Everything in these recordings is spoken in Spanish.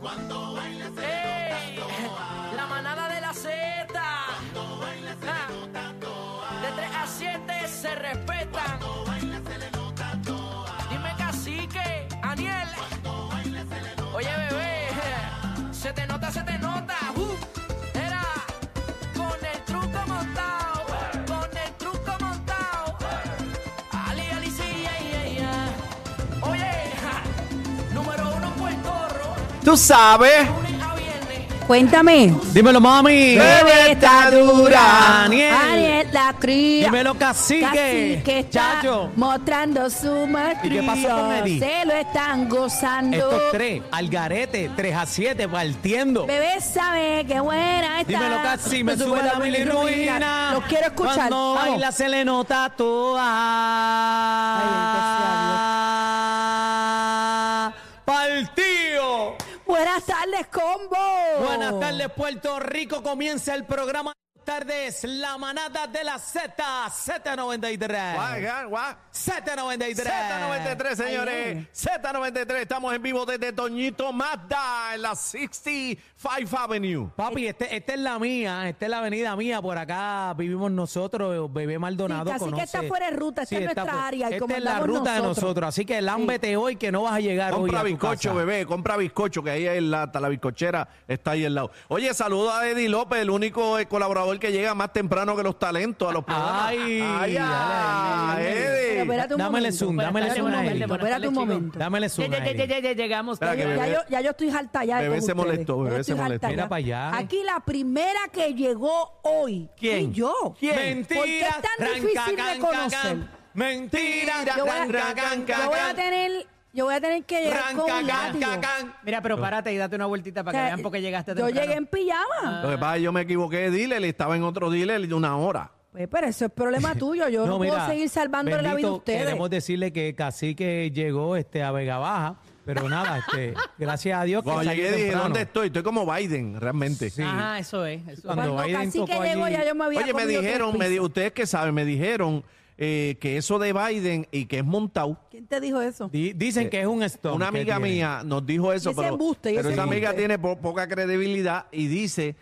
Cuando bailes se ¡Ey! te nota toa. La manada de la Z. Cuando bailes se Ah. le nota toa. De 3 a 7 se respetan. Cuando bailes se le nota toa. Dime cacique, Aniel. Cuando bailes se le nota Oye, bebé. Se te nota, se te nota. Uh, era con el truco montado. Con el truco montado. Ali, ali, sí, ay, ay, ay. Oye, ja, número uno en Puerto Rico. Tú sabes. Lunes a viernes. Cuéntame. Dímelo, mami. Bebé está dura. Daniel. Ariel, la cría. Dímelo, cacique. que está Chacho. mostrando su maestría. qué pasó con Eddie? Se lo están gozando. Estos tres, al garete, 3 a 7, partiendo. Bebé sabe que buena está. Dímelo, casi me Con su sube buena la bilirrubina. Los quiero escuchar. Cuando Vamos. baila se le nota toda. Partido. Buenas tardes, combo. Buenas tardes, Puerto Rico. Comienza el programa. Tardes, la manada de la Z, Guau, Z93. guau, guau. Z93. Z93, señores. Z93, estamos en vivo desde Toñito Mazda en la 65 Avenue. Eh, Papi, este- esta es la mía, esta es la avenida mía, por acá vivimos nosotros, bebé Maldonado. Sí, casi que conoce- está fuera de ruta, esta es está nuestra fu- área, y Esta como es la ruta andamos de nosotros. nosotros, así que lámbete hoy que no vas a llegar hoy Compra a tu bizcocho, casa. bebé, compra bizcocho, que ahí es la, hasta la bizcochera está ahí al lado. Oye, saludo a Eddie López, el único eh, colaborador que llega más temprano que los talentos a los programas. Ay, ay, ay, dale, dale, Pero Eddie. espérate un Dámele momento. zoom, dámele Espérate zoom un a él. momento, Buenas Espérate un tardes, momento. Dámele Ya, zoom ya, a ya, él. ya, ya, llegamos. Espera, que tarde. Ya bebé- yo, ya yo estoy harta ya. de Bebé con se ustedes. molestó, bebé Yo estoy se molestó. harta ya. Mira pa' allá. Aquí la primera que llegó hoy. ¿Quién? Fui yo. ¿Quién? ¿Por qué es tan Mentira, difícil de ran, ca, can, conocer? can. Mentira, Yo voy, ran, ca, a, can, yo voy a can, tener, yo voy a tener que llegar ran, con ca, un can, látigo. ca, can. Mira, pero párate y date una vueltita O para sea, que vean porque llegaste Yo temprano. llegué en pijama. Lo que pasa es que yo me equivoqué de dealer, estaba en otro dealer de una hora. Pues, pero eso es problema tuyo. Yo no, puedo mira, seguir salvándole la vida a bendito, ustedes. Queremos decirle que Cacique llegó este, a Vega Baja, pero nada, este, gracias a Dios que Cuando salió llegué dije, temprano. ¿dónde estoy? Estoy como Biden, realmente. Sí. Ah, Ajá, eso es. eso es. Cuando Cuando Biden casi que tocó llegó allí- ya yo me había Oye, me comido tres dijeron, me di- pizzas. ustedes que saben, me dijeron eh, que eso de Biden y que es montado. ¿Quién te dijo eso? Di- dicen que es un stop. Una amiga mía nos dijo eso, Ese pero, embuste, pero ese esa amiga embuste. tiene po- poca credibilidad y dice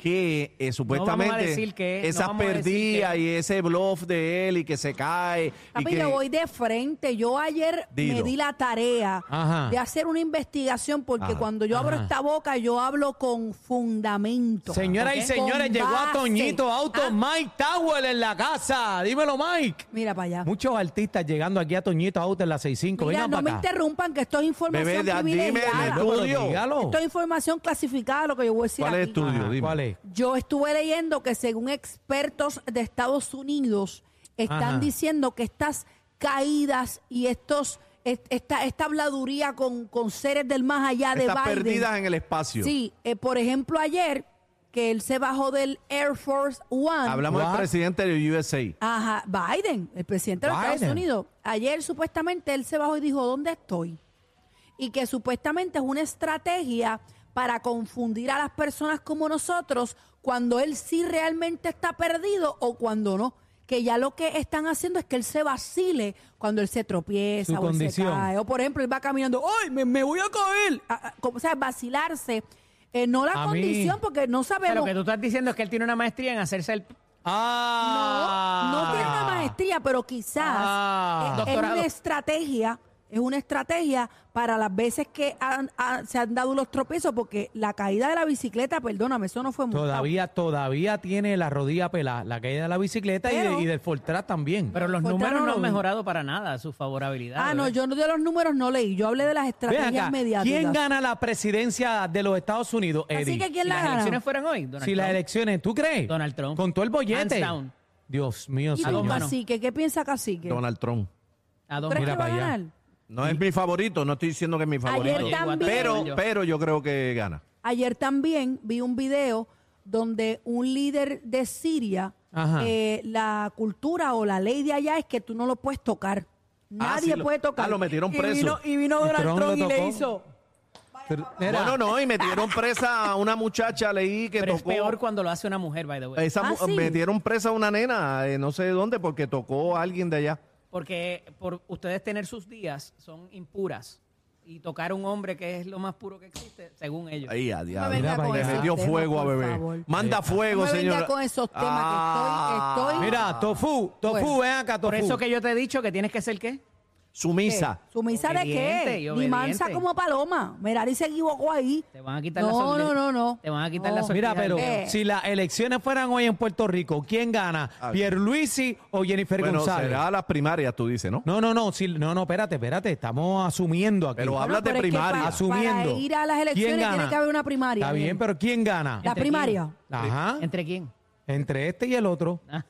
que eh, supuestamente decir que- no esas vamos a decir perdidas que- y ese bluff de él y que se cae. y Papi, que, yo voy de frente. Yo ayer me Dilo. di la tarea Ajá. de hacer una investigación porque Ajá. cuando yo abro Ajá. esta boca, yo hablo con fundamento. Señoras y ¿Ok? señores, Con llegó a base. Toñito Auto Ah, Mike Tower en la casa. Dímelo, Mike. mira para allá. Muchos artistas llegando aquí a Toñito Auto en la 65. Mira, Vengan no me para acá. interrumpan que esto es Bebé, información da- dime el privilegiada. Pero estudio. dígalo. Esto es información clasificada, lo que yo voy a decir ¿Cuál es aquí. tu- Estudio, Ajá, dime. Ah, ¿Cuál es? Yo estuve leyendo que según expertos de Estados Unidos están Ajá. diciendo que estas caídas y estos est- esta, esta habladuría con, con seres del más allá de Estas Biden. perdidas en el espacio. Sí, eh, por ejemplo ayer que él se bajó del Air Force One. Hablamos What? del presidente de USA. Ajá, Biden, el presidente de los Biden. Estados Unidos. Ayer supuestamente él se bajó y dijo, ¿dónde estoy? Y que supuestamente es una estrategia para confundir a las personas como nosotros cuando él sí realmente está perdido o cuando no. Que ya lo que están haciendo es que él se vacile cuando él se tropieza Su o él se condición. cae. O por ejemplo, él va caminando, ¡ay, me, me voy a caer! Ah, ah, como, o sea, vacilarse. Eh, no la A mí- condición, porque no O sea, lo sabemos. que tú estás diciendo es que él tiene una maestría en hacerse el... Ah. No, no tiene una maestría, pero quizás Ah. es, es Doctorado. una estrategia, es una estrategia para las veces que han- han- se han dado los tropiezos, porque la caída de la bicicleta, perdóname, eso no fue montado. Todavía, todavía tiene la rodilla pelada, la caída de la bicicleta y de- Pero- y, del Fortran también. Pero los Pues números claro, no han no. mejorado para nada, su favorabilidad. Ah, bebé. no, yo no- de los números no leí, yo hablé de las ¿eh? Ven estrategias acá, mediáticas. ¿quién gana la presidencia de los Estados Unidos, Eddie? Así que Si ¿quién la las gana? elecciones fueran hoy, Donald si las Trump. elecciones, ¿tú crees? Donald Trump. Con todo el bollete. Hands down. Dios mío, ¿Y señor. tú, Salomón. Cacique? ¿Qué piensa Cacique? Donald Trump. A dos ¿Crees Mira que va a para allá. ganar? No es mi favorito, no estoy diciendo que es mi favorito. Ayer también- pero, pero yo creo que gana. Ayer también vi un video donde un líder de Siria, Ajá. eh, la cultura o la ley de allá es que tú no lo puedes tocar. Ah, Nadie sí, lo- puede tocar. ah, lo metieron Y preso. vino, y vino Donald Trump Trump, lo y le tocó. hizo. Pero, mira, Bueno, no, y metieron presa a una muchacha, leí que Pero es tocó. peor cuando lo hace una mujer, by the way. Esa Ah, mu- sí. Metieron presa a una nena, eh, no sé de dónde, porque tocó a alguien de allá. Porque por ustedes tener sus días son impuras. Y y tocar a un hombre que es lo más puro que existe, según ellos. Ahí, a diablo. venga Mira, con Le esos metió temas, fuego a por bebé. favor. Manda fuego, No me venga señora. Ah, con esos temas, que estoy- estoy- Mira, Tofu, Tofu, Bueno. ven acá, Tofu. Por eso que yo te he dicho que tienes que ser qué? Sumisa. ¿Sumisa de Obediente y qué? Ni obediente. mansa como paloma. Merari se equivocó ahí. Te van a quitar la No, sortija. no, no, no. Te van a quitar No. la sortija. Mira, pero Eh. si las elecciones fueran hoy en Puerto Rico, ¿quién gana? Ah, ¿Pierluisi o Jennifer Bueno, González? será las primarias, tú dices, ¿no? No, no, no, si- no, no, espérate, espérate, estamos asumiendo aquí. Pero habla- Bueno, Hablas de pero es que primaria. para- Para asumiendo. ir a las ¿Quién elecciones gana? tiene que haber una primaria. Está bien, pero ¿quién gana? La Entre primaria. Ajá. Entre, ¿Entre quién? este y el otro. Ah.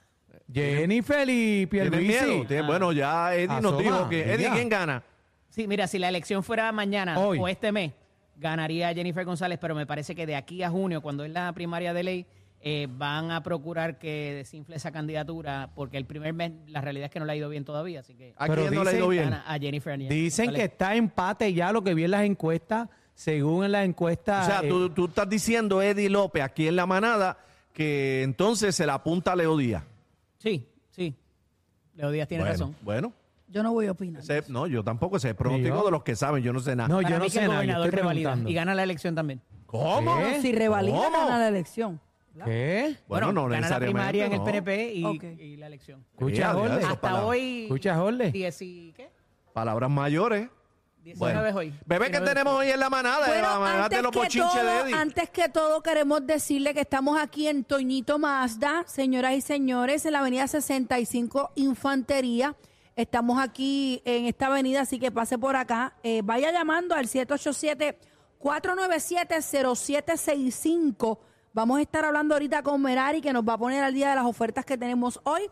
Jennifer y ¿Tienes miedo? Pierluisi. Tienes- Bueno, ya Eddie nos Asoma, dijo que. Eddie, ya. ¿quién gana? Sí, mira, si la elección fuera mañana Hoy. o este mes, ganaría Jennifer González, pero me parece que de aquí a junio, cuando es la primaria de ley, eh, van a procurar que desinfle esa candidatura, porque el primer mes la realidad es que no le ha ido bien todavía, así que ¿A Pero quién no le ha ido bien? dicen- gana a Jennifer. Ah, Dicen que González. está empate ya lo que vi en las encuestas, según en las O encuestas. sea, eh, tú, tú estás diciendo, Eddie López, aquí en la manada, que entonces se la apunta a Leo Díaz. Sí, sí. Leo Díaz tiene bueno, razón. Bueno, Yo no voy a opinar. ese- no, yo tampoco sé. Pronóstico yo? de los que saben, yo no sé nada. No, Para yo mí no que sé el nada, yo gobernador estoy revalida preguntando. y gana la elección también. ¿Cómo? ¿Qué? Si revalida, ¿Cómo? gana la elección. eh, ¿Qué? Bueno, no gana la necesariamente, primaria en el no. PNP y, Ok. y la elección. Escucha, Sí, Jorge. adiós, eso Hasta palabra. hoy. Escucha, Jorge. Diez y qué? Palabras mayores. 19 es hoy. Bebé, ¿qué 19 es tenemos hoy en la manada? En la Bueno, manada antes de los que, bochinches de Eddie. todo, antes que todo, queremos decirle que estamos aquí en Toñito Mazda, señoras y señores, en la avenida 65 Infantería. Estamos aquí en esta avenida, así que pase por acá. Eh, vaya llamando al 787-497-0765. Vamos a estar hablando ahorita con Merari, que nos va a poner al día de las ofertas que tenemos hoy.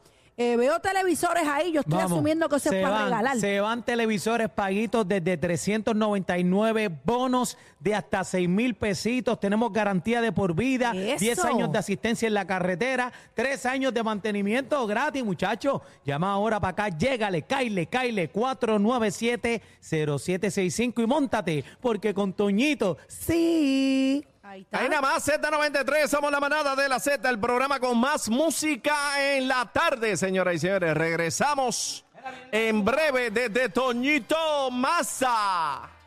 Eh, veo televisores ahí, yo estoy Vamos. asumiendo que eso es para van, regalar. Se van televisores paguitos desde 399 bonos de hasta 6 mil pesitos. Tenemos garantía de por vida, Eso. 10 años de asistencia en la carretera, 3 años de mantenimiento gratis, muchachos. Llama ahora para acá, llégale, caile, caile, 497-0765 y montate, porque con Toñito, sí. Ahí está. Ahí nada más, Z93, somos la manada de la Z, el programa con más música en la tarde, señoras y señores. Regresamos en breve desde Toñito Massa.